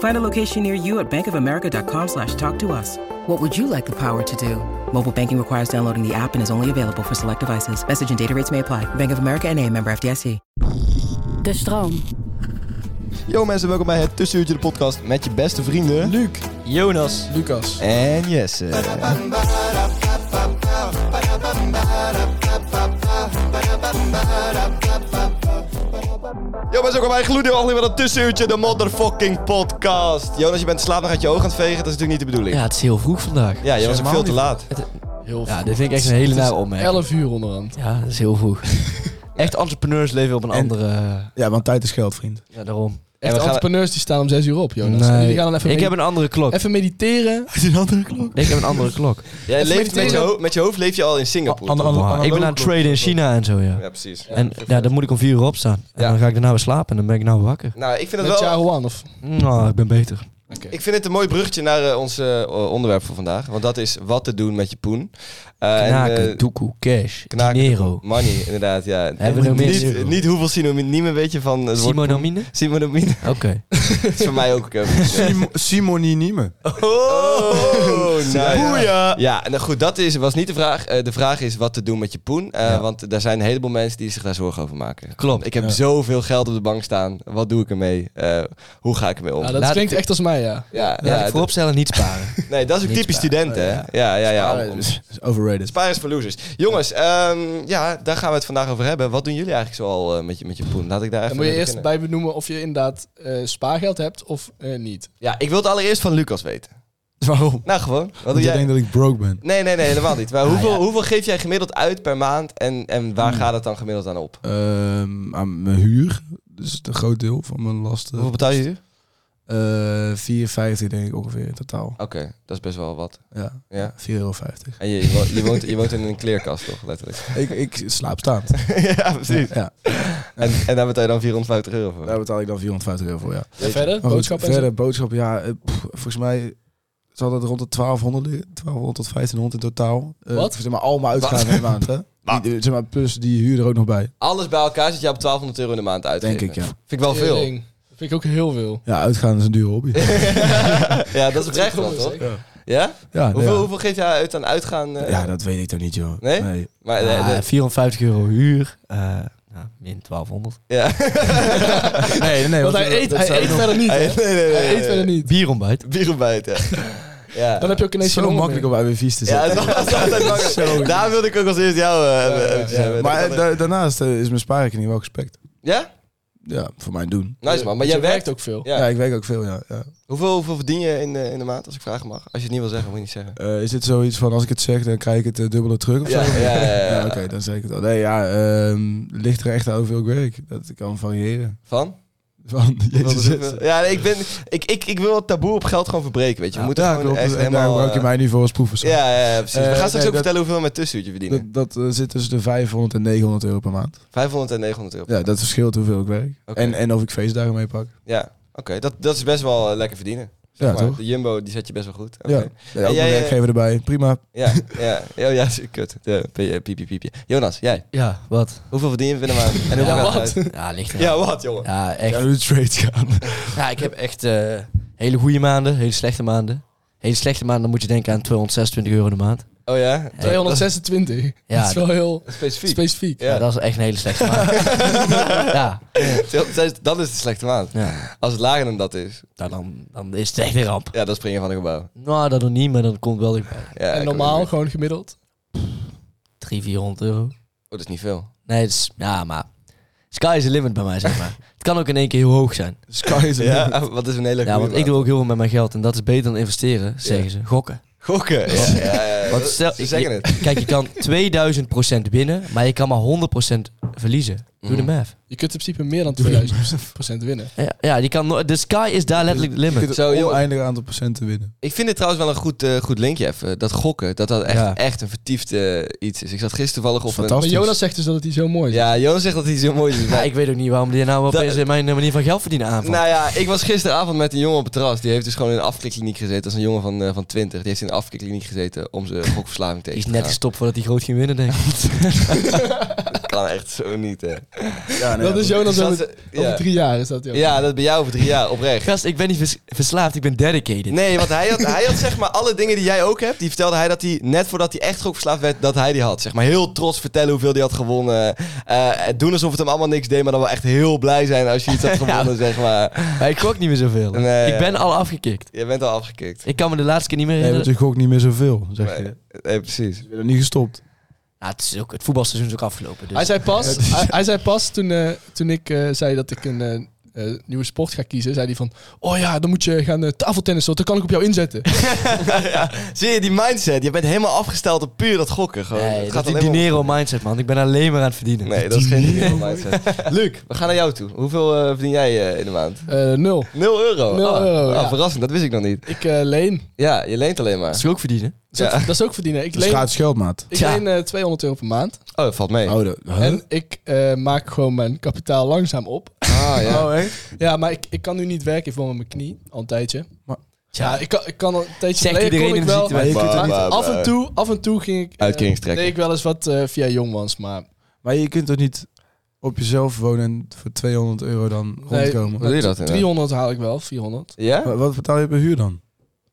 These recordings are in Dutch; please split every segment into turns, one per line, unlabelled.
Find a location near you at bankofamerica.com slash talk to us. What would you like the power to do? Mobile banking requires downloading the app and is only available for select devices. Message and data rates may apply. Bank of America en a member FDIC.
De stroom.
Yo mensen, welkom bij het Tussenuurtje de podcast met je beste vrienden... Luc, Jonas
Lucas.
en Jesse. Yo mensen, welkom bij een gloednieuwe aflevering van het Tussenuurtje de motherfucking podcast. Jonas, je bent slaap nog uit je ogen aan het vegen, dat is natuurlijk niet de bedoeling.
Ja, het is heel vroeg vandaag.
Ja, Jonas, ik
helemaal
veel te
niet.
laat.
Heel
Ja, dit vind ik echt een hele nare opmerking.
11 uur onderhand.
Ja, dat is heel vroeg. Echt entrepreneurs leven op een andere...
Ja, want tijd is geld, vriend.
Ja, daarom.
En
Echt
we gaan-
entrepreneurs die staan om 6 uur op, Jonas.
Nee.
Die gaan dan even,
Ik
med-
heb een andere klok.
even mediteren.
Uit een andere klok.
Ik heb een andere klok.
Jij
Even
leeft met, je
mediteren.
ho- met je hoofd leef je al in Singapore.
Ander-
toch?
ander-
Wow, ik ben aan het traden in China en zo, ja.
Ja, precies.
En ja, dan moet ik om vier uur opstaan. En
Ja.
dan ga ik daarna weer slapen en dan ben ik nou wakker.
Nou, ik vind het
Met
wel... Oh.
Jaroan of...
Nou, ik ben beter.
Ik vind het een mooi bruggetje naar eh, ons eh, onderwerp van vandaag. Want dat is wat te doen met je poen. Eh,
Knaken,
en, eh,
doekoe, cash,
knaken,
dinero,
Money, inderdaad, ja.
Hebben we nog meer
niet,
zero?
niet hoeveel synoniemen weet je van eh, het woord poen?
simonamine.
Simonomine.
Oké.
Dat is voor mij ook... eh,
Simonieme.
Oh, nice.
Boeia.
Ja, nou goed, dat is, was niet de vraag. Eh, de vraag is wat te doen met je poen. Eh, Want er zijn een heleboel mensen die zich daar zorgen over maken.
Klopt.
Ik heb zoveel geld op de bank staan. Wat doe ik ermee? Eh, hoe ga ik ermee om?
Ja, dat
Laat-
klinkt echt als mij, ja.
ja,
Ja, ik
ja,
vooropstellen, niet sparen.
d- nee, dat is ook
Niet Oh,
typisch
sparen.
student, hè? Ja, ja, ja.
Sparen
om-
Is overrated.
Sparen is voor losers. Jongens, ehm, ja, daar gaan we het vandaag over hebben. Wat doen jullie eigenlijk zoal eh, met, je, met je poen? Laat ik daar even
Dan moet je
mee
eerst
beginnen.
bij benoemen of je inderdaad eh, spaargeld hebt of eh, niet.
Ja, ik wil het allereerst van Lucas weten.
Waarom?
Nou, gewoon. Wat doe
Want jij
jij?
denkt Ah, dat ik broke ben.
Nee, nee, nee, helemaal niet. Maar hoeveel, hoeveel geef jij gemiddeld uit per maand en, en waar
Hmm.
gaat het dan gemiddeld aan op?
Ehm, aan mijn huur. Dus een groot deel van mijn lasten.
Hoeveel betaal je nu?
Eh, 4,50 denk ik ongeveer in totaal.
Oké, dat is best wel wat.
Oh. Ja,
Ja.
4,50 euro.
En je, je, woont, je, woont, je woont in een kleerkast, toch? Letterlijk.
ik, ik slaap staand.
ja, precies.
ja.
En, en daar betaal je dan 450 euro voor.
Daar betaal ik dan 450 euro voor, ja.
En verder?
Maar goed,
Boodschappen en zo?
Oh, verder, boodschap, ja. eh, pff, volgens mij zal dat rond de 1200 liggen. 1200 tot 1500 in totaal. Eh,
Wat?
Zeg maar, al mijn uitgaven in de maand, hè.
Wat?
Die, eh, zeg maar, plus die huur er ook nog bij.
Alles bij elkaar zit je op 1200 euro in de maand uit.
Denk ik, ja.
Vind ik wel veel.
Tering. Dat Vind ik ook heel veel.
Ja, uitgaan is een dure hobby.
ja, dat is oprecht wel, toch?
Ja.
Ja?
Ja,
Hoeveel,
nou ja.
hoeveel geef jij uit aan uitgaan? eh?
Ja, dat weet ik toch niet, joh.
Nee? Maar, eh,
Ah,
dat-
450 euro huur, eh, nou, min 1200.
ja.
Nee, nee,
Want hij eet, hij eet verder niet. hè?
nee, nee, nee.
Hij eet verder niet.
Bierontbijt.
Bier ontbijt, ja. ja.
Dan heb je ook ineens geen
zo
honger
makkelijk
meer.
om bij mijn vies te
Ja,
zitten.
het was het was altijd makkelijk. Daar wilde ik ook als eerst jou eh, eventjes hebben.
maar
Dat-
da- daarnaast eh, is mijn spaarrekening wel gespekt.
ja?
Ja, voor mijn doen.
Nice man, maar
Je
jij werkt ook.
Dus ook veel.
Ja.
Ja. ik werk ook veel, ja. ja.
Hoeveel, hoeveel verdien je in de, in de maand, als ik vragen mag? Als je het niet wil zeggen, moet je niet zeggen.
Eh, is dit zoiets van, als ik het zeg, dan krijg ik het eh, dubbele terug of
Ja,
zo?
ja, ja, ja, ja.
oké, dan zeg ik het al. Nee, ja, ehm, ligt er echt aan hoeveel ik werk. Dat kan variëren.
Van?
Van, jezus,
Hoeveel- Ja, nee, ik, ben, ik, ik, ik wil het taboe op geld gewoon verbreken, weet je. We moeten
ja,
gewoon
klopt.
echt
en daar
helemaal...
gebruik je
eh,
mij nu voor als proefpersoon.
ja, ja, ja, precies. We
Eh,
gaan straks
nee,
ook
dat-
vertellen hoeveel we met tussenuurtje verdienen.
Dat, dat eh, zit tussen de 500 en 900 euro per maand.
500 en 900 euro.
Ja, dat verschilt hoeveel ik werk.
Oké.
En, en of ik feestdagen mee pak.
Ja, oké. Dat, dat is best wel eh, lekker verdienen. Zeg
Ja,
maar,
toch?
De Jumbo, die zet je best wel goed. Oké.
Ja, ja
jij,
ook mijn
eh,
werkgever erbij. Prima.
Ja, ja, ja, Oh, ja, is- kut. Ja, piep, piep, piep, piep. Jonas, jij.
Ja, wat?
Hoeveel verdien je binnen een maand? En hoeveel
Ja,
gaat het
wat?
uit?
Ja, ligt er.
Ja, wat, jongen?
Ja, echt.
Ja, de trade gaan.
Ja, ik heb echt eh, hele goede maanden, hele slechte maanden. Hele slechte maanden, dan moet je denken aan 226 euro in de maand.
Oh ja?
226.
Ja,
dat is wel heel
Specifiek.
specifiek.
Ja,
ja.
dat is echt een hele slechte maand. ja,
Dat is de slechte maand.
ja.
Als het lager dan dat is,
Nou, dan, dan is het echt een ramp.
ja, dan spring je van een gebouw.
Nou, dat nog niet, maar dan komt wel dichtbij.
Ja,
en
ik Oh,
normaal,
weet het.
gewoon gemiddeld.
300, 400 euro.
Oh, dat is niet veel.
Nee, dat is, ja, maar Sky is the limit bij mij, zeg maar. het kan ook in één keer heel hoog zijn.
Sky is ja.
Ja, wat is een hele goede
Ja, want ik doe ook heel veel met mijn geld. En dat is beter dan investeren, zeggen ze. Gokken.
Gokken. Ja, ja, ja, ja.
Want stel,
Eh, Ze
ik-
zeggen het.
Kijk, je kan 2000% winnen, maar je kan maar 100% verliezen. Doe de
Mhm.
math.
Je kunt in principe meer dan 2000% winnen.
Ja, ja je kan, no- de sky is
Dus
daar letterlijk de limit.
het
Zo, joh.
oneindig aantal procenten winnen.
Ik vind het trouwens wel een goed, eh, goed linkje even. Dat gokken, dat dat echt,
Ja.
echt een vertiefd eh, iets is. Ik zat gisteren toevallig op
Maar
Fantastisch.
Jonas zegt dus dat het iets heel mooi is.
een... Ja, Johan zegt dat hij zo mooi is.
Ja, ik weet ook niet waarom die nou opeens in mijn eh, manier van geld verdienen aanvalt.
Nou ja, ik was gisteravond met een jongen op het terras. Die heeft dus gewoon in een afkikkliniek gezeten. Dat is een jongen van, eh, van 20. Die heeft in een afkikkliniek gezeten om zijn gokverslaving
die
tegen
is
te
net
gaan.
gestopt voordat hij groot ging winnen, denk ik.
Dat kan echt zo niet, hè.
Ja,
dat is
Die
Jonas
zat
over,
ze-
over
ja.
drie jaar. Is dat, Jonas.
ja, dat bij jou over drie jaar, oprecht.
Gast, ik ben niet vers- verslaafd, ik ben dedicated.
Nee, want hij had, hij had zeg maar alle dingen die jij ook hebt. Die vertelde hij dat hij net voordat hij echt gokverslaafd werd, dat hij die had. Zeg maar heel trots vertellen hoeveel hij had gewonnen. Eh, doen alsof het hem allemaal niks deed, maar dan wel echt heel blij zijn als je iets had gewonnen, zeg maar.
Maar ik gok niet meer zoveel.
Nee,
ik
ja.
ben al afgekikt.
Je bent al afgekikt.
Ik kan me de laatste keer niet meer
Nee, want
herinneren.
je gokt niet meer zoveel, zeg je.
Nee, nee, Eh, precies.
Je bent er niet gestopt.
Nou, het, is ook, het voetbalseizoen is ook afgelopen. Dus.
Hij zei pas, hij, hij zei pas toen, eh, toen ik eh, zei dat ik een eh, eh, nieuwe sport ga kiezen, zei hij van, oh ja, dan moet je gaan eh, tafeltennissen, want dan kan ik op jou inzetten.
Ja, Zie je die mindset? Je bent helemaal afgesteld op puur dat gokken. Gewoon.
nee,
Het
dat
gaat
is die
alleen maar om-
dinero mindset, man. Ik ben alleen maar aan het verdienen.
Nee, dat is geen dinero mindset. Luc, we gaan naar jou toe. Hoeveel eh, verdien jij eh, in de maand?
Eh, nul.
0 euro.
Nul
Ah,
euro,
ah,
ja.
Verrassend, dat wist ik nog niet.
Ik eh, leen.
Ja, je leent alleen
Dat
maar.
is ook verdienen.
Dat is,
Ja.
ook, dat is ook verdienen. Ik
Dat is
leen,
gratis geld, maat.
ik
Ja.
leen eh, 200 euro per maand.
Oh, dat valt mee.
Oh, dat, huh?
En ik eh, maak gewoon mijn kapitaal langzaam op.
Ah, ja.
Oh, echt?
Ja, maar ik, ik kan nu niet werken voor mijn knie, al een tijdje.
Maar-
ja, ik kan, ik kan al een tijdje
Zegt
geleden
iedereen
kon ik
in de
wel-
situatie.
je kunt er
Bah,
niet-
bah, bah.
Af en toe, af en toe ging ik... eh,
Uitkeringstrekker.
deed ik wel eens wat eh, via Jongmans, maar...
Maar je kunt toch niet op jezelf wonen en voor 200 euro dan rondkomen?
Hoe doe je dat? inderdaad?
300 haal ik wel, 400.
Ja?
Wa- Wat betaal je per huur dan?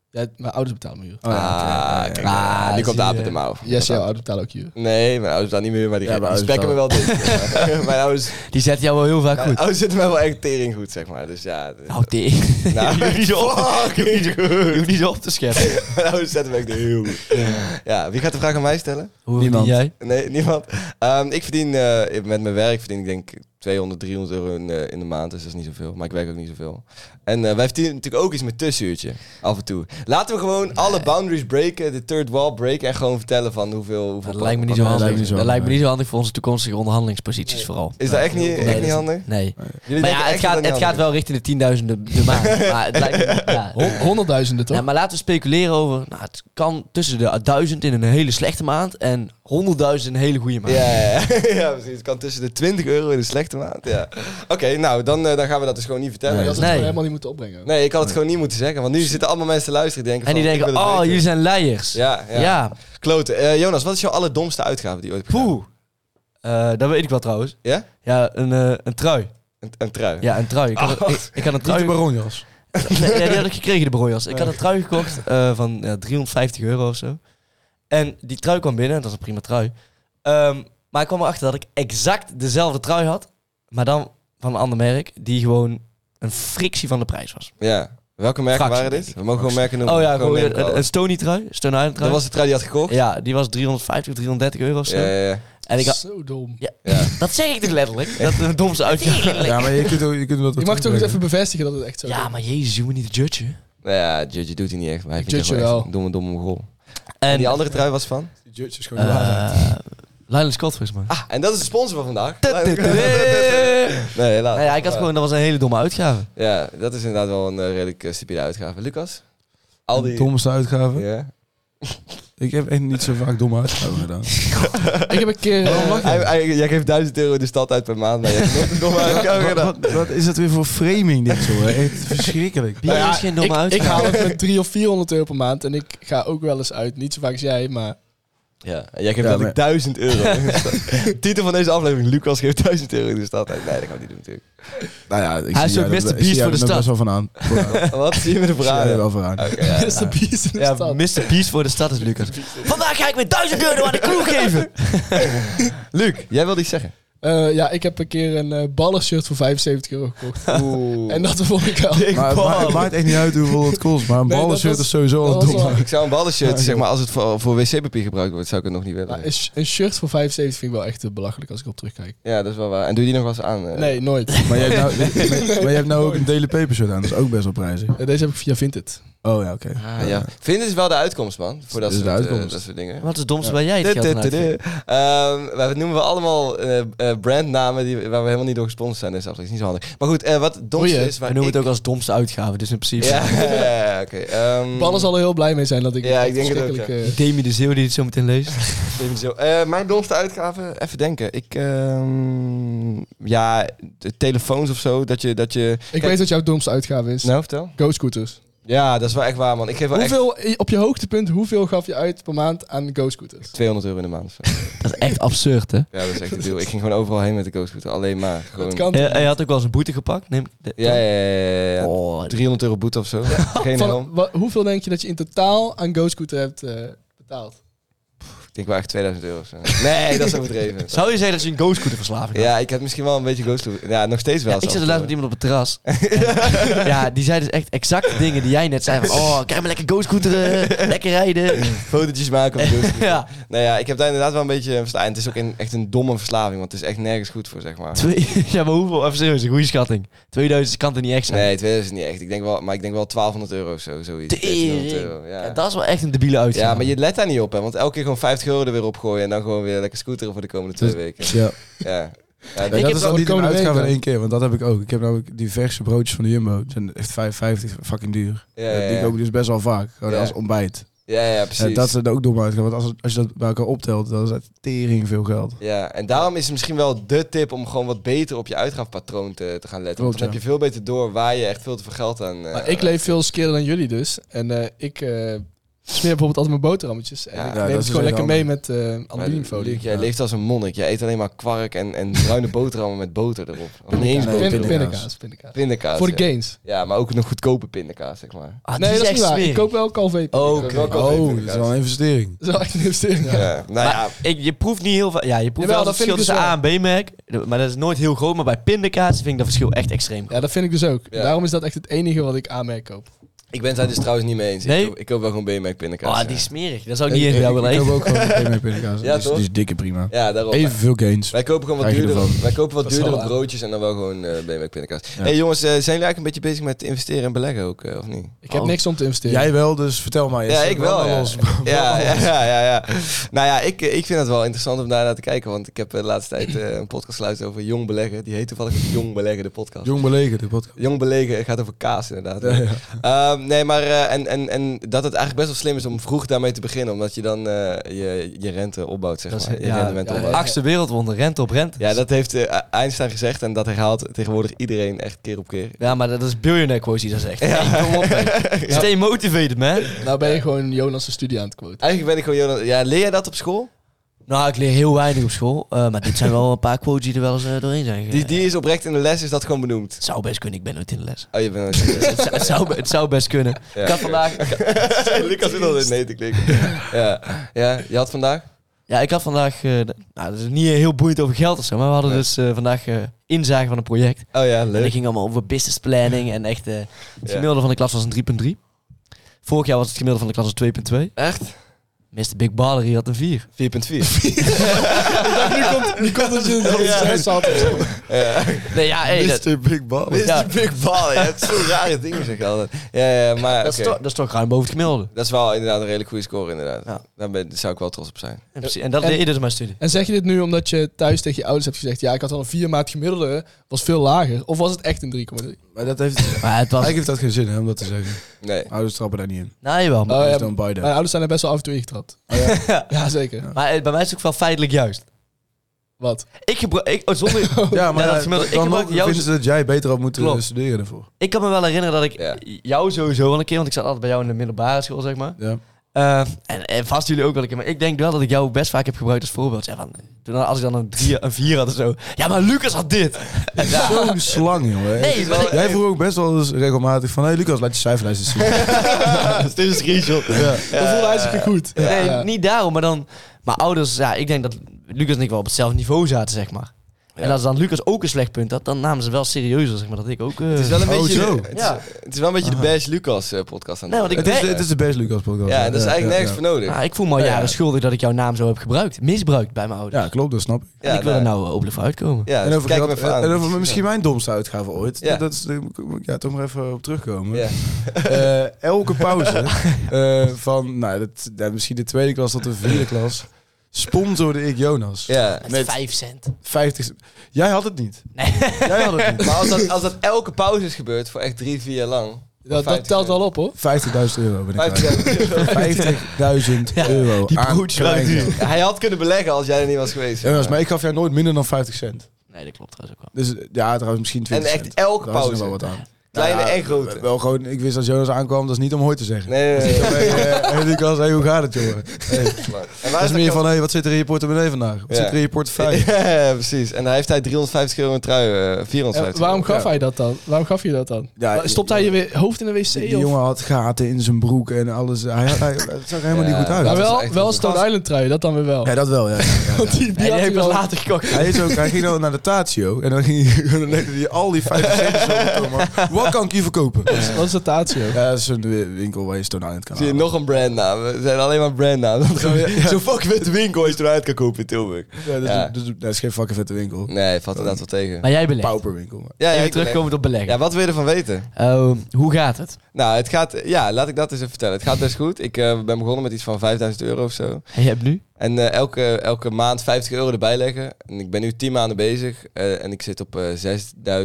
Ja, mijn ouders betalen mijn huur.
Oh, ja, oké.
Ah, kijk, ah, nu
zie
komt de aap
je.
in de mouw.
Yes, jouw ouders betalen ook huur.
Nee, mijn ouders staan niet meer, maar die,
Ja,
die
mijn ouders
spekken me wel dicht. mijn ouders,
Die zet jou wel heel vaak
mijn
goed.
ouders zitten mij wel echt tering goed, zeg maar. Dus ja. de-
Nou, die.
Nou, fucking
Je
goed.
hoeft niet zo op te scheppen.
Mijn ouders zetten me echt heel goed. Ja, wie gaat de vraag aan mij stellen?
Hoe eh, verdien
Niemand.
jij?
Nee, niemand. Ehm, ik verdien eh, met mijn werk verdien ik denk 200, 300 euro in, eh, in de maand. Dus dat is niet zoveel. Maar ik werk ook niet zoveel. En eh, wij verdienen natuurlijk ook iets met tussenuurtje. Af en toe. Laten we gewoon alle boundaries breken. De third wall breken. En gewoon vertellen van hoeveel... hoeveel
Dat lijkt me niet zo
dat lijkt me
handig.
niet zo
Dat lijkt me
handig.
niet zo handig voor onze toekomstige onderhandelingsposities vooral.
Is dat echt niet, echt
Nee,
niet
dat-
handig? Jullie
Nee. Maar
denken
ja,
echt
het,
dat
gaat,
dat niet
het gaat
handig
wel richting de tienduizenden de maand. Maar het lijkt me, ja.
Hon- Honderdduizenden, toch?
Ja, maar laten we speculeren over. Nou, het kan tussen de 1000 in een hele slechte maand en 100.000 in een hele goede maand.
is? Ja, ja, ja. ja, precies. Het kan tussen de 20 euro in de slechte maand. Ja. Oké, nou, dan, eh, dan gaan we dat dus gewoon niet vertellen.
Dat is
Nee,
het gewoon
Nee.
helemaal niet moeten opbrengen.
ik had het gewoon niet moeten zeggen. Want nu zitten allemaal mensen te luisteren die denken
En die
van,
denken:
ik wil het
oh,
weten.
jullie zijn leiers.
Ja, ja.
ja.
Klote. Eh, Jonas, wat is jouw allerdomste uitgave die je ooit hebt gedaan?
Poeh. Eh, dat weet ik wel trouwens.
Ja?
Ja, een, eh, een trui.
Een, een trui.
Ja, een trui. Ik had, ik, ik had een
Niet de
trui.
baronjas.
Nee, nee, die had ik gekregen, de broeias. Ik had een trui gekocht eh, van ja, 350 euro of zo. En die trui kwam binnen, dat was een prima trui. Ehm, maar ik kwam erachter dat ik exact dezelfde trui had, maar dan van een ander merk, die gewoon een frictie van de prijs was.
Ja. Welke merken
Fractie,
waren dit?
denk
We mogen gewoon merken noemen.
Oh ja, gewoon
merken
een,
alles.
een Stony trui, Stone Island trui.
Dat was de trui die je had gekocht?
Ja, die was 350, 330 euro of zo.
Ja, ja, ja.
En ik had,
Zo dom.
dat zeg ik toch letterlijk? Dat is een domste uitje.
Ja, maar je kunt, ook- je kunt hem dat
Ik mag toch eens even bevestigen dat het echt zo
Ja,
dom
maar jezus, je moet niet judgen.
Nou ja, Judge doet hij niet echt. Maar hij
Ik
vindt
judge
hem
wel.
echt een domme, domme mongool. En,
En
die andere trui was van?
Judge is gewoon de waarheid.
eh Lionel Scott, volgens mij.
Ah, en dat is de sponsor van vandaag.
Ah, Nee,
Nee, helaas.
Nou ja, ik had gewoon, dat was een hele domme uitgave.
Ja, dat is inderdaad wel een eh, redelijk eh, stupide uitgave. Lucas? Al die...
Domste uitgaven.
Ja.
Ik heb echt niet zo vaak domme uitgaven gedaan.
is. Ik heb een keer... eh,
Hij- hij- jij geeft 1000 euro de stad uit per maand, maar jij hebt nooit een domme uitgave
wat,
gedaan.
wat, wat is dat weer voor framing dit zo? hè? Echt verschrikkelijk.
Bier
nou ja,
is geen domme
ik,
uitgave.
Ik haal het met 300 of 400 euro per maand en ik ga ook wel eens uit. Niet zo vaak als jij, maar...
Ja, en jij
Ja,
geeft dat
maar-
ik 1000 euro. in de stad. Titel van deze aflevering: Lucas geeft 1000 euro in de stad uit. Nee, dat gaan we niet doen, natuurlijk.
Nou ja, ik
Hij is
zie
ook
jou
Mr.
er- ik zie
Beast
jou
voor de
er
stad.
best wel van aan. Vooraan.
Wat zie je met de
Ik zie jou er
verhaal?
wel van aan.
Oké, ja.
Dat is de bies in de
Ja,
stad.
Mr. Peace voor de stad is Lucas. Vandaag ga ik weer 1000 euro aan de crew geven.
Luc, jij wilde iets zeggen.
Eh, ja, ik heb een keer een eh ballershirt voor 75 euro gekocht.
Oeh.
En dat vond ik al.
Maar het, ma- het maakt echt niet uit hoeveel het kost. Maar een
Nee, dat
ballenshirt
was-
is sowieso
dat
al
was
dom.
wel-
Ik zou een ballenshirt, zeg maar, als het voor, voor wc-papier gebruikt wordt, zou ik het nog niet willen.
Maar een, sh- een shirt voor 75 vind ik wel echt eh, belachelijk als ik op terugkijk.
Ja, dat is wel waar. En doe je die nog wel eens aan? eh?
Nee, nooit.
Maar jij hebt nou, maar jij hebt nou ook een Daily Paper shirt aan. Dat is ook best wel prijzig.
Eh, Deze heb ik via Vinted.
Oh ja, oké.
Ah, ja. Vinden is wel de uitkomst, man. Voor dat,
Dit is de
soort, eh,
uitkomst.
dat soort dingen.
Wat is het domste waar jij het geld nou aan uitgeeft?
Ehm, wij noemen we allemaal eh, eh, brandnamen die, waar we helemaal niet door gesponsord zijn. Dus dat is niet zo handig. Maar goed, eh, wat het domste
Oei, hè.
is...
We
Waar
noemen
ik...
het ook als domste uitgave, dus in principe...
Ja, ja, oké. ehm,
Ballen zal er heel blij mee zijn dat ik.
Ja, ik denk het ook,
verschrikkelijk, eh,
Demi de Zeeuw die het zo meteen leest.
neem het zo. Eh, mijn domste uitgave? Even denken. Ik... ehm, ja, de telefoons of zo. Dat je... Dat je...
Ik weet wat jouw domste uitgave is.
Nou, vertel.
Go scooters.
Ja, dat is wel echt waar, man. Ik geef wel echt
Hoeveel, eh, op je hoogtepunt, hoeveel gaf je uit per maand aan go scooters?
200 euro in de maand. of zo.
Dat is echt absurd, hè?
Ja, dat is echt het doel. Ik ging gewoon overal heen met de coachscooter. Alleen maar gewoon...
Dat kan
Hij,
eh,
hij had ook wel eens een boete gepakt. Neem, de-
Ja, ja, ja, ja, ja.
Oh,
300 euro boete of zo. Geen
Van-
helm.
wa- hoeveel denk je dat je in totaal aan go scooter hebt eh, betaald?
Ik denk wel echt 2000 euro of zo. Nee, dat is overdreven.
Zou je zeggen dat je een go-scooter verslaving had?
Ja, ik had misschien wel een beetje ghostloop. Ja, nog steeds wel.
Ja, ik zat er laatst met iemand op het terras.
iemand...
Ja, die zei dus echt exact de dingen die jij net zei. Van, oh, krijg me lekker go-scooteren, lekker rijden.
Fotootjes maken op de ghostloop.
Ja,
Nou ja, ik heb daar inderdaad wel een beetje... een versta- En het is ook een, echt een domme verslaving, want het is echt nergens goed voor, zeg maar.
twee, ja maar hoeveel? Even serieus, een goede schatting. 2000 kan er niet echt zijn.
Nee, 2000 is niet echt. Ik denk wel, maar ik denk wel 1200 euro of zo, zoiets. 1300 euro,
Tering. Ja, dat is wel echt een debiele uitgave.
Ja, maar je let daar niet op, hè? Want elke keer gewoon 50 euro er weer op gooien en dan gewoon weer lekker scooteren voor de komende twee weken.
Ja.
Ja. Ja,
En dat
heb wel
is dan niet een
komende
uitgave
week
in
dan.
één keer, want dat heb ik ook. Ik heb namelijk die verse broodjes van de Jumbo. Die zijn echt 5,50, fucking duur.
Ja, ja,
Die
ja.
ik ook dus best wel vaak, gewoon
Ja.
als ontbijt.
ja, ja,
Ja,
precies.
dat is er ook dom uitgaan, want als, als je dat bij elkaar optelt, dan is dat tering veel geld.
Ja, en daarom is het misschien wel de tip om gewoon wat beter op je uitgaafpatroon te, te gaan letten. Want
Klopt,
dan heb
ja.
je veel beter door waar je echt veel te veel geld aan... eh,
Maar ik leef veel skeerder dan jullie dus. En eh, ik eh, smeer bijvoorbeeld altijd mijn boterhammetjes. En
Ja,
ik
ja,
neem
dat
het
is
gewoon
heel
lekker mee met eh
Maar
aluminiumfolie.
Luc, jij leeft als een monnik. Jij eet alleen maar kwark en, en bruine boterhammen met boter erop. Of Niet eens
Nee,
boter.
Pin-
pindakaas.
Pindakaas. pindakaas.
Pindakaas.
Voor de
ja. Ah,
gains.
Ja, maar ook nog goedkope pindakaas, zeg maar.
Ah, die
nee, dat is niet waar.
smerig.
Ik koop wel Calvé.
Oh,
pindakaas.
oké.
Dat
Oh, dat is wel een investering.
is wel echt een investering. ja.
Ja, nou
Maar
ja,
ik, je proeft niet heel veel. Ja, je proeft wel
Jawel, dat
het
vind
verschil
ik
tussen A en
dus
B-merk. Maar dat is nooit heel groot. Maar bij pindakaas vind ik dat verschil echt extreem groot.
Ja, dat vind ik dus ook.
Ja.
Daarom is dat echt het enige wat ik aanmerk koop.
ik ben het daar dus trouwens niet mee eens. Ik
Nee?
koop- Ik koop wel gewoon BMX pindakaas.
Ah,
ja.
die is smerig. Dat zou ik niet
Ik-
eens
ik-
jou willen
Ik heb
eten.
ook gewoon een mee pindakaas.
Ja,
die, is, die
toch?
is dikke prima.
Ja, daarom.
Evenveel gains.
Wij kopen gewoon wat
Krijg je
duurdere,
ervan.
wij kopen wat
Dat is
duurdere
wel waar.
broodjes en dan wel gewoon eh BMX pindakaas.
Ja.
hey, jongens, eh, zijn jullie eigenlijk een beetje bezig met investeren en beleggen ook, eh, of niet?
Ik heb
Oh.
niks om te investeren.
Jij wel, dus vertel maar eens.
Ja, ik wel. Ja.
Alles.
Ja, ja, ja, ja, ja. Nou ja, ik, ik vind het wel interessant om daar naar te kijken. Want ik heb de laatste tijd eh, een podcast geluisterd over jong beleggen. Die heet toevallig ook Jong beleggen, de podcast. Jong,
Jong belegen, de podcast.
beleggen gaat over kaas, inderdaad. Ehm, nee, maar eh, en, en, en dat het eigenlijk best wel slim is om vroeg daarmee te beginnen. Omdat je dan eh, je, je rente opbouwt, zeg
Dat is-
maar. Je
ja,
rendement
ja,
opbouwt.
Achtste wereldwonder, rente op rente.
Ja, dat heeft eh, Einstein gezegd en dat herhaalt tegenwoordig iedereen echt keer op keer.
Ja, maar dat is billionaire quotie, dat is echt. Hey, kom op, hey. Stay motivated, man.
Nou ben je gewoon Jonas' de studie aan het quoten.
Eigenlijk ben ik gewoon Jonas. Ja, leer jij dat op school?
Nou, ik leer heel weinig op school. eh, maar dit zijn wel een paar quotes die er wel eens eh, doorheen zijn.
Die,
Die,
die is oprecht in de les, is dat gewoon benoemd.
Het zou best kunnen, ik ben nooit in de les.
Oh, je bent een
het, zou, het, zou, het zou best kunnen.
Ja.
Ik had vandaag,
Lucas wil al in nee te klikken. Ja. ja, je had vandaag?
ja, ik had vandaag eh, d- nou, dat is niet heel boeiend over geld of zo. Maar we hadden
Nee.
dus eh, vandaag eh, inzage van een project.
Oh ja,
En dat
leuk.
ging allemaal over business planning en echt... eh, het
Ja.
gemiddelde van de klas was een 3.3. Vorig jaar was het gemiddelde van de klas een 2.2.
Echt?
Mr. Big Baller hier had een 4.
4.4.
nu komt, nu komt het in de stress had.
Ja.
Nee, ja, hey, dat,
Mr. Big Ball.
Dit is
Oh, Ja.
de big ball. Je hebt zo rare dingen zeg je altijd. Ja, ja, maar
dat, is
oké.
toch, dat is toch ruim boven het gemiddelde.
Dat is wel inderdaad een redelijk goede score inderdaad.
Ja.
Daar ben, daar zou ik wel trots op zijn.
En, precies- en dat
En-
deed je dus in mijn studie.
En zeg je dit nu omdat je thuis tegen je ouders hebt gezegd... ja, ik had al een vier maat gemiddelde, was veel lager. Of was het echt een 3,3?
Maar dat heeft... Eigenlijk
Maar het was...
heeft dat geen zin hè, om dat te zeggen.
Nee.
Ouders trappen daar niet in.
Nou, jawel. Maar,
Oh,
dus
ja,
dan Biden.
Mijn ouders zijn er best wel af en toe ingetrapt. ja. zeker.
maar, eh, bij mij is het ook wel feitelijk juist.
Wat?
Ik gebruik... Ik, oh, zonder,
Ja, maar
Ja, dat
ja,
is gemiddeld. Ik
dan
gebruik
ook
jouw-
vinden ze dat jij beter had moeten eh,
Klopt.
studeren ervoor.
ik kan me wel herinneren dat ik
Ja.
jou sowieso wel een keer... Want ik zat altijd bij jou in de middelbare school, zeg maar.
Ja.
Eh, en, en vast jullie ook wel een keer. Maar ik denk wel dat ik jou best vaak heb gebruikt als voorbeeld. Zeg, van, toen, als ik dan een 3, een 4 had of zo. Ja, maar Lucas had dit.
Zo'n slang, jongen.
Nee, maar ik-
Jij vroeg ook best wel eens regelmatig van... Hé, hey, Lucas, laat je cijferlijst eens zien.
Dit is een screenshot.
ja.
Dat voelde hij zich goed.
Nee,
Ja.
niet daarom, maar dan... Maar ouders, ja, ik denk dat Lucas en ik wel op hetzelfde niveau zaten, zeg maar. En als dan Lucas ook een slecht punt had, dan namen ze wel serieuzer, zeg maar, dat ik ook... eh,
Het is wel een
Oh,
beetje,
zo.
het is,
Ja.
het is wel een beetje de Bash Lucas eh, podcast aan het
Nee, want
worden.
ik
Het is,
denk-
het is de best Lucas podcast.
Ja, en dat is eigenlijk nergens voor nodig.
Ah, ik voel me al
Ja, ja.
jaren schuldig dat ik jouw naam zo heb gebruikt. Misbruikt bij mijn ouders.
Ja, klopt, dat snap ik.
Ja,
en ik wil er
nou-
nou eh, openlijk voor uitkomen.
Ja,
en over,
kijk
geld,
hem even aan.
en over misschien mijn domste uitgave ooit.
Ja.
Dat is, daar moet ik- ja, toch maar even op terugkomen.
Ja.
Eh, elke pauze eh, van, nou, dat, nou, misschien de tweede klas tot de vierde klas, sponsorde ik Jonas.
Ja.
Met
Met-
vijf cent.
50. Jij had het niet. Jij had het niet.
Maar als dat, als dat elke pauze is gebeurd voor echt drie, vier jaar lang.
Dat, dat telt wel op, hoor.
50.000 euro ben ik kwijt.
50 euro.
50.000 euro.
die
aan
brood kruidt
kleingeld.
Hij had kunnen beleggen als jij er niet was geweest.
Jonas, maar ik gaf jou nooit minder dan 50 cent.
Nee, dat klopt trouwens ook wel.
Dus ja, trouwens misschien 20
En echt
cent.
elke
Daar was er
pauze.
wel wat aan.
Kleine
Nou ja,
en grote.
Wel gewoon, ik wist als Jonas aankwam, dat is niet om hoi te zeggen.
Nee, nee, nee.
Hey, eh, en ik was, hey, hoe gaat het, jongen? Hey.
En
Dat
waar
is
is
meer
dat
van, hey, wat zit er in je portemonnee vandaag? Wat
Ja.
zit er in je portefeuille?
Ja, precies. En hij heeft hij 350 euro een trui, eh, 450
Eh, waarom
euro.
gaf hij dat dan? Waarom gaf je dat dan?
Ja,
Stopt hij je weer hoofd in de wc?
Die
of?
jongen had gaten in zijn broek en alles. Hij, hij, het zag er helemaal
Ja.
niet goed uit.
maar
dat is
wel,
echt
wel
een
Stone
gast.
Island trui, dat dan weer wel.
Ja, dat wel, ja. ja, ja, ja.
Die, die
Nee, die heb
had hij
ik pas
wel.
later gekocht.
Hij, is ook, hij ging dan naar de Tatio en dan, ging hij, dan legde hij al die 50 cent zo op, maar Wat kan ik hier verkopen?
Wat is dat tatio?
Ja, dat is een wi- winkel waar je Stone Island kan
Zie je
halen.
nog een brandnaam? We zijn alleen maar brandnaam. Dat gewoon Zo'n fucking vette winkel als je eruit kan kopen in Tilburg.
Ja, dat, is-
Ja.
dat is- dat is geen fucking vette winkel.
Nee, valt inderdaad wel tegen.
Maar jij belegt.
Pauperwinkel. maar-
Ja, ja,
Even
ik-
terugkomend op beleggen.
Ja, wat wil je ervan weten?
Ehm, hoe gaat het?
Nou, het gaat... Ja, laat ik dat eens even vertellen. Het gaat best goed. Ik eh, ben begonnen met iets van 5000 euro of zo.
En je hebt nu?
En eh, elke, elke maand 50 euro erbij leggen. En ik ben nu 10 maanden bezig. eh, en ik zit op eh,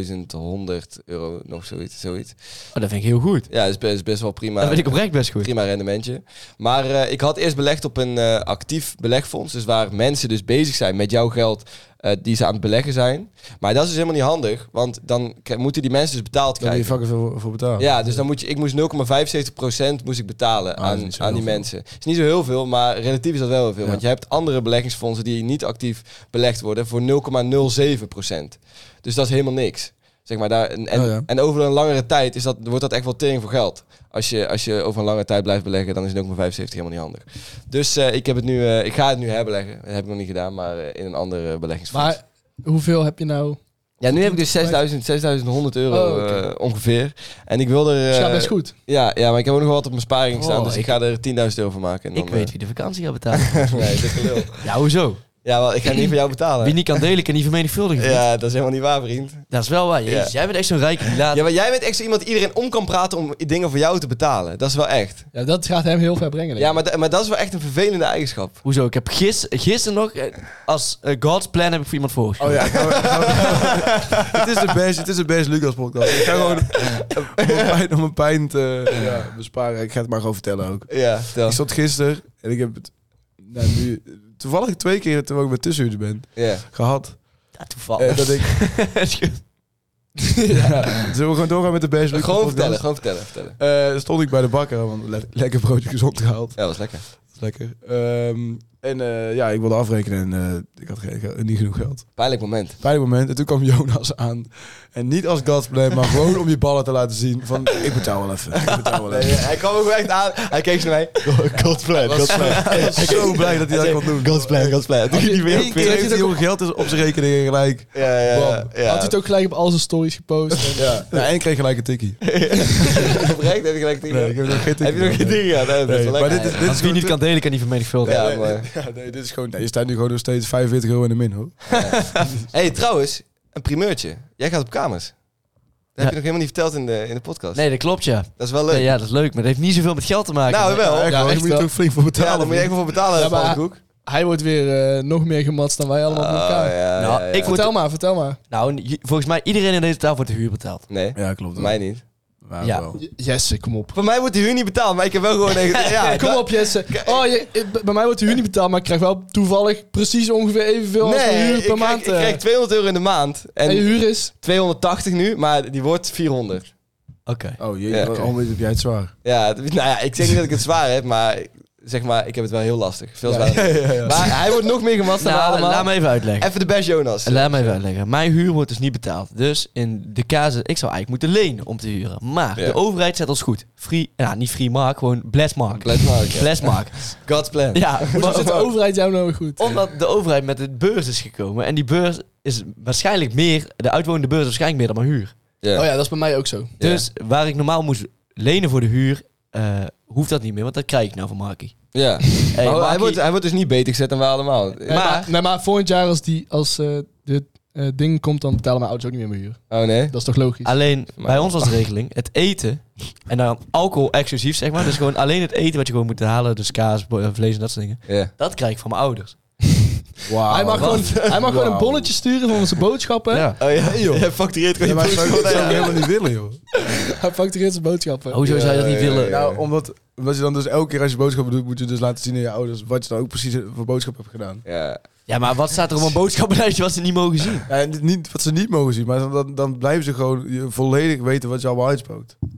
6100 euro, nog zoiets. zoiets.
Oh, dat vind ik heel goed.
Ja, dat is, best- is best wel prima.
Dat vind ik oprecht best goed.
Prima rendementje. Maar eh, ik had eerst belegd op een eh, actief belegfonds. Dus waar mensen dus bezig zijn met jouw geld eh, die ze aan het beleggen zijn. Maar dat is dus helemaal niet handig. Want dan k- moeten die mensen dus betaald
Daar moet je
krijgen.
fucking veel voor betalen.
Ja, dus dan moet je, ik moest 0,75% moest ik betalen
Ah, dat is
aan,
niet zo
aan die
heel veel.
mensen. Het is niet zo heel veel, maar relatief is dat wel heel veel.
Ja.
Want je hebt andere beleggingsfondsen die niet actief belegd worden voor 0,07%. Dus dat is helemaal niks. Zeg maar, daar, en, en,
Oh ja.
en over een langere tijd is dat, wordt dat echt wel tering voor geld. Als je, als je over een langere tijd blijft beleggen, dan is 0,75 helemaal niet handig. Dus eh, ik, heb het nu, eh, ik ga het nu herbeleggen. Dat heb ik nog niet gedaan, maar eh, in een andere beleggingsfonds.
Maar hoeveel heb je nou?
ja, nu heb ik dus 6000, 6100 euro
Oh, oké.
eh, ongeveer. En ik wil er...
Dus
Het gaat
eh,
best goed.
ja, ja, maar ik heb ook nog wat op mijn sparing staan,
Oh,
dus ik
ik-
ga er 10.000 euro van maken. En
Ik
dan,
weet wie de vakantie gaat betalen.
eh, nee, dikke lul.
ja, hoezo?
Ja, maar ik ga niet voor jou betalen.
Wie niet kan delen, kan niet vermenigvuldigen.
Ja, dat is helemaal niet waar, vriend.
Dat is wel waar. Jezus,
Ja.
jij bent echt zo'n rijke die laat-
Ja, maar jij bent echt zo iemand die iedereen om kan praten om dingen voor jou te betalen. Dat is wel echt.
Ja, dat gaat hem heel ver brengen. denk
Ja,
ik.
maar, da- maar dat is wel echt een vervelende eigenschap.
Hoezo? Ik heb gis, gisteren nog, eh, als eh, God's plan heb ik voor iemand voorgeschreven.
Oh ja, gaan we- gaan we- het is de best, het is de best Lucas podcast. Ik ga gewoon om mijn pijn, om mijn pijn te ja, besparen. Ik ga het maar gewoon vertellen ook.
Ja, vertel.
Ik stond gisteren en ik heb het nou, nu, toevallig twee keer terwijl ik bij tussenuur ben
Ja.
gehad.
Ja,
eh,
toevallig.
dat ik, ja, zullen we gewoon doorgaan met de best Lucas
Gewoon
podcast?
vertellen, gewoon vertellen, vertellen.
Eh, stond ik bij de bakker, want le- lekker broodje gezond gehaald.
Ja, dat was lekker.
Dat is lekker. Ehm, en eh, ja, ik wilde afrekenen en eh, ik had geen, ge- niet genoeg geld.
Pijnlijk moment.
Pijnlijk moment. En toen kwam Jonas aan. En niet als Godsplan, maar gewoon om je ballen te laten zien. Van, ik betaal wel even. Ik betaal wel even.
hij kwam ook echt aan. Hij keek zo naar mij. Godsplan, Godsplan.
Ik was zo blij dat hij dat kon doen.
Godsplan, Godsplan. Toen ging hij weer
Eén keer heeft hij heel geld is op zijn rekening en gelijk.
Ja, ja, ja.
Bam.
Had
ja.
hij het ook gelijk op al zijn stories gepost? En-
Ja. Ja, en ik kreeg gelijk een tikkie.
Oprecht heb ik gelijk tegen.
Nee, ik heb nog geen tikkie.
Heb je nog geen
Nee.
dingen gedaan? Nee, dat is
Nee,
wel
maar
lekker.
dit is, dit
als
is
wie
gewoon
niet kan delen, kan niet vermenigvuldigen.
Ja,
Nee,
maar-
Ja, nee, dit is gewoon... Nee, je staat nu gewoon nog steeds 45 euro in de min, hoor.
hey, trouwens, een primeurtje. Jij gaat op kamers. Dat heb je
Ja.
nog helemaal niet verteld in de, in de podcast.
Nee, dat klopt ja.
Dat is wel leuk.
Nee, ja, dat is leuk, maar dat heeft niet zoveel met geld te maken.
nou,
Maar-
wel.
Ja,
Ja,
echt, hoor. Daar
echt
moet je
wel.
toch flink voor betalen.
daar moet je echt voor betalen.
Ja, maar-
van de koek.
Hij wordt weer eh, nog meer gematst dan wij allemaal met elkaar.
Oh, ja,
Nou,
ja, ja.
ik word-
Vertel maar, vertel maar.
Nou, je- volgens mij iedereen aan deze tafel wordt de huur betaald.
Nee,
Ja, klopt.
voor mij niet.
Maar
Ja.
wel.
Jesse, kom op.
Voor mij wordt die huur niet betaald, maar ik heb wel gewoon... echt- ja,
Kom
dat-
op, Jesse. Oh, je, eh, b- bij mij wordt de huur niet betaald, maar ik krijg wel toevallig precies ongeveer evenveel als mijn
Nee,
huur
ik
per
krijg,
maand.
ik
eh.
krijg 200 euro in de maand.
en je
En
huur is?
280 nu, maar die wordt 400.
Oké.
Oh jee,
Ja,
wat-
oké.
oh, wat heb jij het zwaar.
Ja, d- nou ja, ik zeg niet dat ik het zwaar heb, maar... zeg maar, ik heb het wel heel lastig. Veel
Ja.
zwaarder. Maar hij wordt nog meer gemast dan we
Nou,
allemaal.
laat me even uitleggen.
Even de best Jonas.
Laat me even uitleggen. Mijn huur wordt dus niet betaald. Dus in de casus, ik zou eigenlijk moeten lenen om te huren. Maar
Ja.
de overheid zet ons goed. Free, nou niet free mark, gewoon bless mark.
Bless mark, ja.
Bless mark.
God's plan.
Ja,
Hoezo
Oh.
zit de Dus overheid jou nou weer goed?
Omdat de overheid met de beurs is gekomen. En die beurs is waarschijnlijk meer, de uitwonende beurs is waarschijnlijk meer dan mijn huur.
Ja.
Oh ja, dat is bij mij ook zo.
Ja.
Dus waar ik normaal moest lenen voor de huur, eh, hoeft dat niet meer. Want dat krijg ik nou van Markie.
Ja.
Hey,
Maar hij,
Markie-
wordt, hij wordt dus niet beter gezet dan wij allemaal.
Nee, maar,
maar-
nee, maar volgend jaar als, die, als eh, dit eh, ding komt, dan betalen mijn ouders ook niet meer mijn huur.
Oh nee.
Dat is toch logisch?
Alleen
Maar-
bij ons was de regeling: het eten en dan alcohol exclusief, zeg maar. Dus gewoon alleen het eten wat je gewoon moet halen. Dus kaas, bo- eh, vlees en dat soort dingen.
Ja.
Dat krijg ik van mijn ouders.
Wauw.
hij mag,
Wat?
gewoon, hij mag gewoon een
Wauw.
bonnetje sturen van onze boodschappen.
Ja.
Oh ja, joh. Hij factureert
Ja,
gewoon
maar
je
dat zou ik
boodschappen.
dat zou ik helemaal niet willen, joh.
Hij factureert zijn boodschappen.
Hoezo zou je dat niet
ja,
willen?
ja.
Nou, omdat, omdat je dan dus elke keer als je boodschappen doet, moet je dus laten zien aan je ouders wat je dan ook precies voor boodschap hebt gedaan.
Ja.
Ja, maar wat staat er op een boodschappenlijstje wat ze niet mogen zien?
Ja, en dit niet, wat ze niet mogen zien, maar dan- dan, dan blijven ze gewoon je volledig weten wat je allemaal uitspookt.
Ah,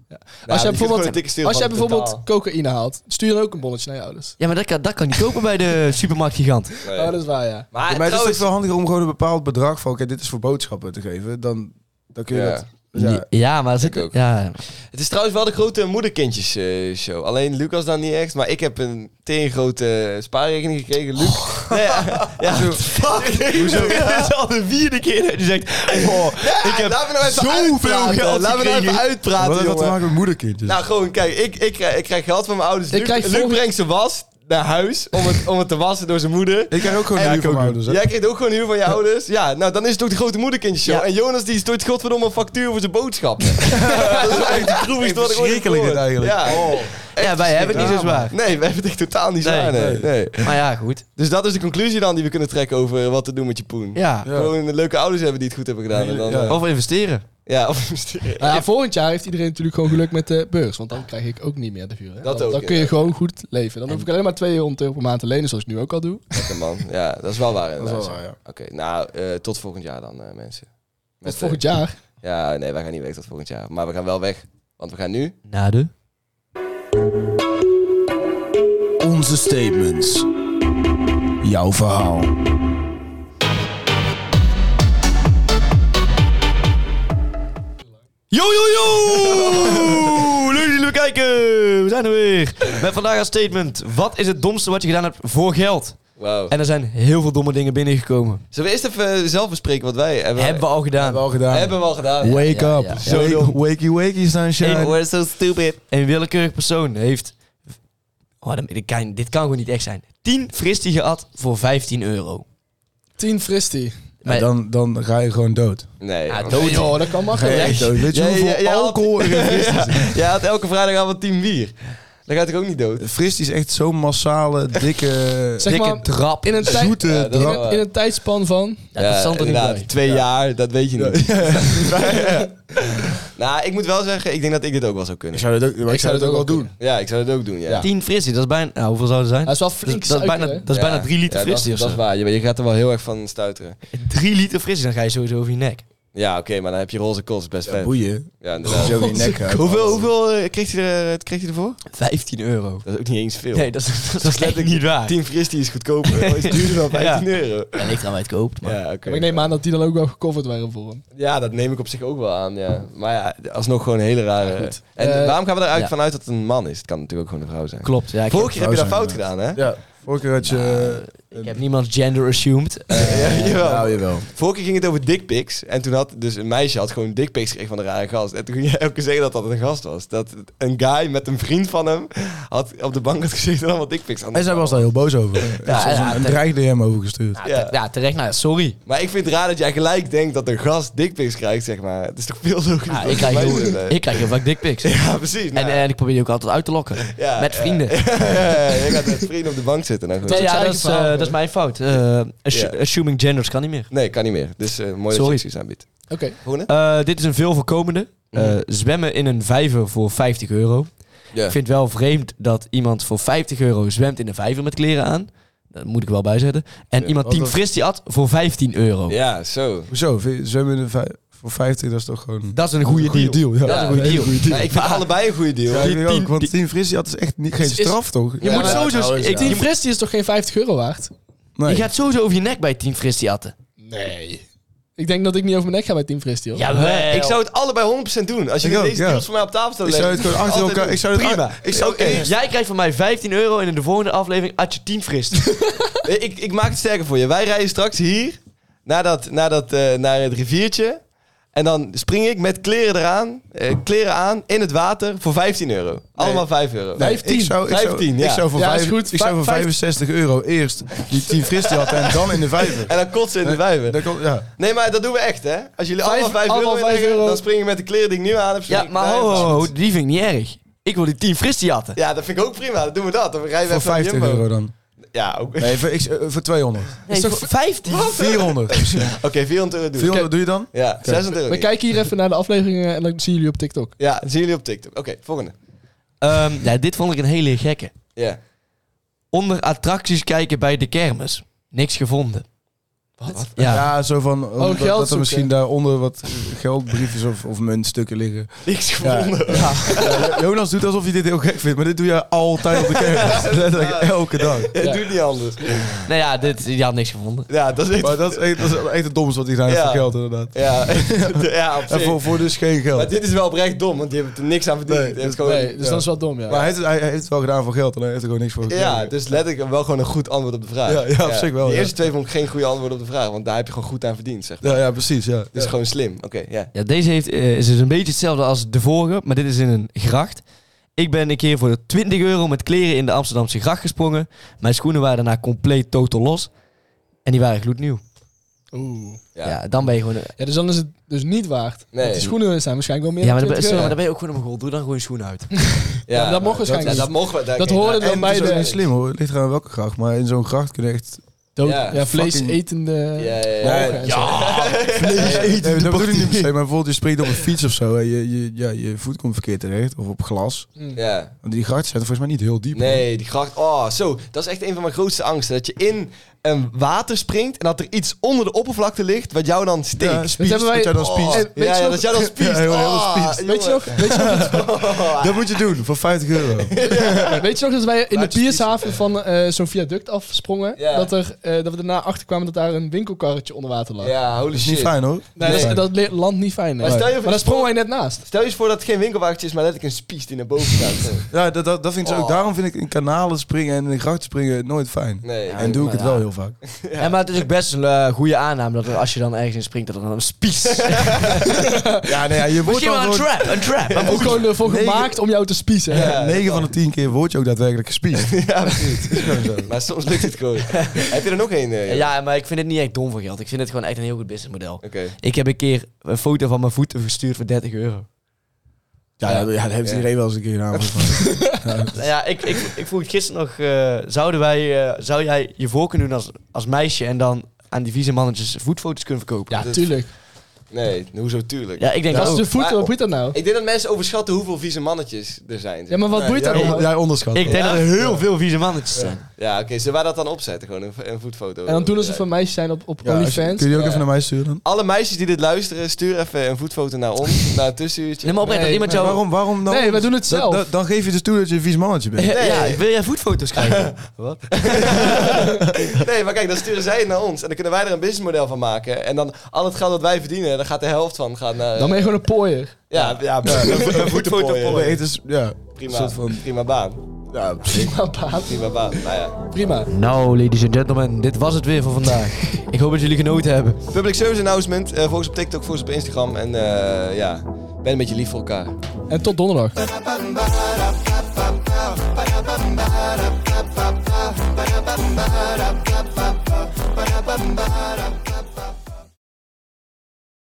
Als jij
je Oh, kunt gewoon
bijvoorbeeld,
een Oh, dikke stuur
als jij
van totaal.
bijvoorbeeld cocaïne haalt, stuur dan ook een bonnetje naar je ouders.
Ja, maar dat kan, dat kan niet kopen bij de supermarktgigant.
Nee.
Oh, dat is waar, ja.
Maar
Ja, maar het is
trouwens-
toch wel handiger om gewoon een bepaald bedrag van, oké, dit is voor boodschappen te geven, dan, dan kun je
Ja.
dat...
Ja,
Ja.
maar er
Ik
zit
ook.
Ja,
Het is trouwens wel de grote moederkindjes eh, show. Alleen Lucas dan niet echt, maar ik heb een tering grote spaarrekening gekregen. Luc. Nee, ja, ja. Ah, Fuck. Hoezo?
Dit is al de vierde keer dat je zegt... Oh, ik heb
laten we nou even
zoveel
uitpraten.
geld
Laten we nou even
gekregen.
uitpraten,
Wat heeft dat te
jongen.
maken met moederkindjes?
Nou, gewoon, kijk, ik, ik, krijg, ik krijg geld van mijn ouders.
Ik
Luc,
krijg
Luc
volgende-
brengt zijn was naar huis om het, om het te wassen door zijn moeder.
ik krijg ook gewoon
Ja,
een
ik
huur van
ook
mijn ouders, hè?
Jij krijgt ook gewoon huur van je ouders. Ja, nou dan is het ook de grote moederkindjes show.
Ja.
En Jonas die stort godverdomme een factuur voor zijn boodschap. dat is echt de droevigste wat ik ooit heb
Verschrikkelijk dit
gehoord.
eigenlijk. Oh,
Ja.
Ja, wij hebben het niet zo zwaar.
Nee, we hebben het echt totaal niet zwaar. Nee,
Nee,
nee.
Maar ja, goed.
Dus dat is de conclusie dan die we kunnen trekken over wat te doen met je poen.
Ja.
Ja.
Gewoon leuke ouders hebben die het goed hebben gedaan. En dan, eh,
Ja.
ja.
Of investeren.
of
Nou ja, volgend jaar heeft iedereen natuurlijk gewoon geluk met de beurs. Want dan krijg ik ook niet meer de huur. hè.
Dat
dan,
ook,
dan kun je
ja.
gewoon goed leven. Dan hoef ik alleen maar 200 euro per maand te lenen, zoals ik nu ook al doe.
Lekker man. Ja, dat is wel waar.
Dat is wel
inderdaad.
waar, ja.
Oké, nou, eh, tot volgend jaar dan, eh, mensen. Met,
Met volgend jaar.
eh, Ja, nee, wij gaan niet weg tot volgend jaar. Maar we gaan wel weg. Want we gaan nu...
Na de...
Onze statements. Jouw verhaal.
Yo, yo, yo! Leuk dat jullie weer kijken. We zijn er weer. Met vandaag een statement. Wat is het domste wat je gedaan hebt voor geld?
Wauw.
En er zijn heel veel domme dingen binnengekomen.
Zullen we eerst even eh, zelf bespreken wat wij... Hebben,
Hebben we al gedaan.
Wel gedaan.
hebben we al gedaan.
Wake
Ja, ja,
up.
ja.
Zo Wake- Wakey wakey sunshine.
we're so stupid. Een willekeurig persoon heeft... Oh, dan- dit, kan, dit kan gewoon niet echt zijn. 10 fristie gehad voor 15 euro.
10 fristi.
En dan, dan ga je gewoon dood.
Nee.
Ja,
man.
dood.
Nee, joh, dat kan
Ga je
makkelijk.
echt dood. Weet je
Jij-
hoeveel
jij- jij had-
alcohol er in fristies zit?
Jij had elke vrijdagavond 10 bier. Dan gaat ik ook niet dood.
Fristies is echt zo'n massale, dikke...
Zeg
Dikke
maar,
drap.
in een, tijd-
Zoete
Ja, dat
in,
wel,
een, in een tijdspan van...
Ja, dat zal toch niet
inderdaad,
bij.
Twee jaar, dat weet je niet. nou, ik moet wel zeggen, ik denk dat ik dit ook wel zou kunnen.
zou dat ook,
zou dat ook wel
Ja, ik zou dat ook doen, ja.
10 fristie, dat is bijna... Nou, hoeveel zou dat zijn?
Dat is wel flink
dat, dat is bijna,
suiker, hè?
dat is bijna
Ja.
3 liter
Ja, dat is-
fristie of
Dat is
zo.
waar, je, je gaat er wel heel erg van stuiteren.
3 liter fristie, dan ga je sowieso over je nek.
Ja, oké, maar dan heb je roze kost, best vet.
Boeien.
Ja,
Dat is
inderdaad.
ook in je nek gaat.
Oh.
Hoeveel, hoeveel eh, kreeg, hij er, eh, kreeg hij ervoor?
15 euro.
Dat is ook niet eens veel.
Nee, dat is, dat is, letterlijk niet waar.
10 fris die is goedkoper. Het duurder dan 15 euro.
En ik dan wij het koopt, maar...
Ja,
Ja,
oké.
maar ik neem aan dat die dan ook wel gecoverd waren voor hem.
ja, dat neem ik op zich ook wel aan. Ja. Maar ja, alsnog gewoon een hele rare. en
Eh,
waarom gaan we er eigenlijk
ja.
vanuit dat het een man is? Het kan natuurlijk ook gewoon een vrouw zijn.
Klopt, ja. Ik,
Vorige keer heb je
vrouw
dat fout
zijn,
gedaan, hè?
Ja, vorige keer had je... eh,
heb, ik heb niemand gender assumed. Eh,
Ja, jawel.
Nou, jawel.
Vorige keer ging het over dickpics. En toen had dus een meisje had gewoon dickpics gekregen van een rare gast. En toen ging jij elke keer zeggen dat dat een gast was. Dat een guy met een vriend van hem had op de bank had gezeten en allemaal dickpics aan.
En zij was daar heel boos over.
Ja,
Ze is
ja,
een, een
dat-
dreig-DM overgestuurd.
ja,
Ja.
te- ja, terecht. Nou, ja, sorry.
Maar ik vind het raar dat jij gelijk denkt dat een gast dickpics krijgt, zeg maar. Het is toch veel logischer.
Ja,
dat
ik, krijg
een
heel,
meisje dat-
ik krijg heel vaak dickpics.
Ja, precies.
En,
Nou,
en ik probeer die ook altijd uit te lokken.
ja, eh,
met
ja.
vrienden.
Ja, je gaat met vrienden op de bank zitten. Nou, Dan
Nee,
gewoon.
is
ja,
zijn
dat is, eh,
eigen verhaal,
dat is mijn fout. Eh, assu-
Ja.
Assuming genders kan niet meer.
Nee, kan niet meer. Dus eh mooi dat
Sorry.
je excuus aanbiedt.
Oké.
Groene?
Eh, dit is een veel voorkomende. Eh, zwemmen in een vijver voor 50 euro.
Mm. Ja.
Ik vind het wel vreemd dat iemand voor 50 euro zwemt in een vijver met kleren aan. Dat moet ik wel bijzetten. En
Ja,
iemand
wat
Team
een-
Fris die at voor 15 euro.
Ja, zo.
Hoezo? Vind je- Zwemmen in de vijf... Voor 15, dat is toch gewoon...
Dat is een goede deal.
deal. Ja.
Dat is een goede
hele
deal.
Maar ik vind allebei een goede deal.
Ja, ik
Die
denk ook,
tien-
want
die-
Team Frissi had dus echt niet, geen
Is- is-
straf, toch?
Je moet
ja,
sowieso...
trouwens,
ik-
ja.
Team Fristie is toch geen 50 euro waard?
Nee.
Je gaat sowieso over je nek bij Team Fristie atten.
Nee. Ik denk dat ik niet over mijn nek ga bij Team Fristie, hoor.
Jawel.
Ik zou het allebei 100% doen. Als jullie
ook,
deze
ja.
deals voor mij op tafel
Ik
zouden
zou
leggen.
het gewoon achter
altijd
elkaar...
doen.
Ik zou het
Prima.
a- Ik zou
Oké.
eerst-
Jij krijgt van mij 15 euro en in de volgende aflevering at je 10 frist.
Ik, ik maak het sterker voor je. Wij rijden straks hier naar, dat, naar, dat, eh, naar het riviertje. En dan spring ik met kleren eraan, eh, kleren aan, in het water voor 15 euro. Allemaal 5 euro.
Nee, Ik
15,
zou, ik zou,
15,
ik
ja.
zou voor,
Ja, is
vijf-
goed.
ik zou voor
Vijf-
65 euro eerst die Team Fristie had en dan in de vijver.
En dan kotsen in de vijver.
Dat kan- ja.
Nee, maar dat doen we echt, hè? Als jullie
Vijf-
allemaal 5 euro,
allemaal vijf
inleggen,
euro.
dan spring ik met de kleren die ik nu aan heb. spring
ja,
ik
maar
daar-
ho, ho, ho, die vind ik niet erg. Ik wil die 10 fristie atten.
Ja, dat vind ik ook prima. Dan doen we dat. Dan rijden we
Voor
even naar
50
Jumbo.
euro dan.
Ja, ook.
Nee, voor, ik, eh, voor 200.
Nee,
toch
voor 15?
400.
Oké, 400 euro doen.
400 doe je dan?
Ja, 600 euro.
We kijken hier even naar de afleveringen en dan zien jullie op TikTok.
Ja, zien jullie op TikTok. Oké, volgende.
Ehm, ja, dit vond ik een hele gekke.
Ja.
Onder attracties kijken bij de kermis. Niks gevonden. Wat?
Ja,
Ja.
zo van oh, dat,
geld
dat er
zoeken.
misschien daaronder wat geldbriefjes of, of muntstukken liggen.
Niks gevonden.
Ja, Jonas doet alsof je dit heel gek vindt, maar dit doe je altijd op de kermis. Letterlijk Elke dag.
Ja, doe niet anders.
Nou ja, dit, die had niks gevonden.
Ja, dat is echt...
Maar dat is echt, dat is echt het domste wat hij gedaan heeft
Ja.
voor geld inderdaad.
Ja, ja op
En
zich.
voor, voor dus geen geld.
Maar dit is wel oprecht dom, want die hebben er niks aan verdiend. Die
Nee, dat-
hebben het gewoon...
Nee, dus dat is wel dom, ja.
Maar hij, heeft het- hij heeft het wel gedaan voor geld, alleen hij heeft er gewoon niks voor gekregen.
Ja, dus letterlijk wel gewoon een goed antwoord op de vraag.
Ja, ja, op zich wel,
De
ja.
eerste twee vond ik geen goede antwoord op de vraag, want daar heb je gewoon goed aan verdiend, zeg maar.
ja, ja, precies. Ja.
Dit is gewoon slim. Oké, ja.
Ja, deze heeft, eh, is dus een beetje hetzelfde als de vorige, maar dit is in een gracht. Ik ben een keer voor 20 euro met kleren in de Amsterdamse gracht gesprongen. Mijn schoenen waren daarna compleet totaal los. En die waren gloednieuw.
Oeh.
Ja.
Ja, dan ben je gewoon... een-
Ja, dus dan is het dus niet waard.
Nee.
Nee. de schoenen zijn waarschijnlijk wel meer
Ja, maar
dan
dan, ben,
20
sorry,
euro.
maar dan ben je ook gewoon een mogol. Doe dan gewoon je schoenen uit.
Ja, dat mogen
ja,
waarschijnlijk
dat
niet.
mogen we. daar-
Dat
kijk,
hoorde
daar-
dan
En
bij
het is ook
de
niet slim hoor, het ligt eraan welke gracht, maar in zo'n gracht kun je echt...
dood,
Ja,
ja, vleesetende...
Ja,
Ja,
ja, ja.
ogen
ja.
en zo.
Vlees eten, dat bedoel ik niet per se, maar bijvoorbeeld je springt op een fiets of zo en je, je, ja, je voet komt verkeerd terecht, of op glas.
Ja.
Want die grachten zijn volgens mij niet heel diep.
Nee, die gracht. Oh, zo. Dat is echt een van mijn grootste angsten. Dat je in een water springt en dat er iets onder de oppervlakte ligt wat jou dan steekt.
Ja, spiest,
hebben wij-
dat jij dan
Oh,
spiest.
weet
ja,
je
ja,
nog-
dat jij dan spiest.
Ja, heel- heel
Oh,
spiest.
Weet je nog, weet je nog
Dat moet je doen, voor 50 euro.
Weet je nog dat wij in de
Laat je
Piershaven van eh, zo'n viaduct afsprongen?
Ja.
Dat, er, eh, dat we daarna achterkwamen dat daar een winkelkarretje onder water lag.
Ja, holy
Dat is
shit.
niet fijn hoor.
Nee, dat,
Fijn.
is- dat le- landt niet fijn. nee.
Maar stel je voor-
maar daar sprongen wij net naast.
Stel je eens voor dat het geen winkelwagentje is, maar letterlijk een spies die naar boven gaat.
Ja, dat, dat, dat vind ik dus
Oh.
ook. Daarom vind ik in kanalen springen en in grachten springen nooit fijn.
Nee.
en doe ik het wel heel vaak.
En maar het is ook best een eh, goede aanname dat er, als je dan ergens in springt, dat er dan een spies...
Ja, nee, ja, je wordt
Misschien
dan
wel een
gewoon...
trap, een trap. Maar
Ook gewoon ervoor
Nee,
gemaakt om jou te spiezen.
Ja.
9 van de 10 keer word je ook daadwerkelijk gespiesd.
Ja, precies. maar soms lukt het gewoon. Heb je er nog één? eh,
Ja, maar ik vind het niet echt dom voor geld. Ik vind het gewoon echt een heel goed businessmodel.
Oké.
Ik heb een keer een foto van mijn voeten verstuurd voor 30 euro.
Ja, ja, dat heeft
Ja.
iedereen wel eens een keer gedaan. volgens mij.
Nou ja, ik, ik, ik vroeg het gisteren nog, eh, zouden wij, eh, zou jij je voor kunnen doen als, als meisje en dan aan die vieze mannetjes voetfoto's kunnen verkopen?
Ja, tuurlijk.
Nee, hoezo tuurlijk?
Ja, ik denk
Dat is
ook.
de voet,
Maar-
wat boeit dat nou?
Ik denk dat mensen overschatten hoeveel vieze mannetjes er zijn.
Ja, maar wat boeit dat
Jij, on-
nou?
jij onderschat.
Ik
het.
denk dat er heel veel vieze mannetjes zijn.
Ja, oké. ze waren dat dan opzetten? Gewoon een, een voetfoto.
En dan doen alsof we meisjes zijn op, op
Ja, als je-
OnlyFans.
kun je die ook even naar mij sturen dan?
Alle meisjes die dit luisteren, stuur even een voetfoto naar ons. naar een tussenuurtje.
Nee, maar oprecht, dat
Nee,
iemand
Ja,
jou...
waarom, waarom dan?
Nee, wij doen het
Dat-
zelf.
dat- dan geef je dus toe dat je een vies mannetje bent.
Ja, wil jij voetfoto's krijgen? Wat?
Nee, maar kijk, dan sturen zij het naar ons. En dan kunnen wij er een businessmodel van maken. En dan al het geld dat wij verdienen, dan gaat de helft van gaat naar... eh,
Dan ben je gewoon een pooier.
Ja, ja,
Een
voetfoto.
Nee, het is, ja,
Prima,
Een soort van,
prima baan.
ja,
Prima, baat.
Prima baan, nou ja.
prima.
Nou, ladies and gentlemen, dit was het weer voor vandaag. Ik hoop dat jullie genoten hebben.
Public service announcement. eh volg ons op TikTok, volg ons op Instagram. En eh, ja, ben een beetje lief voor elkaar.
En tot donderdag.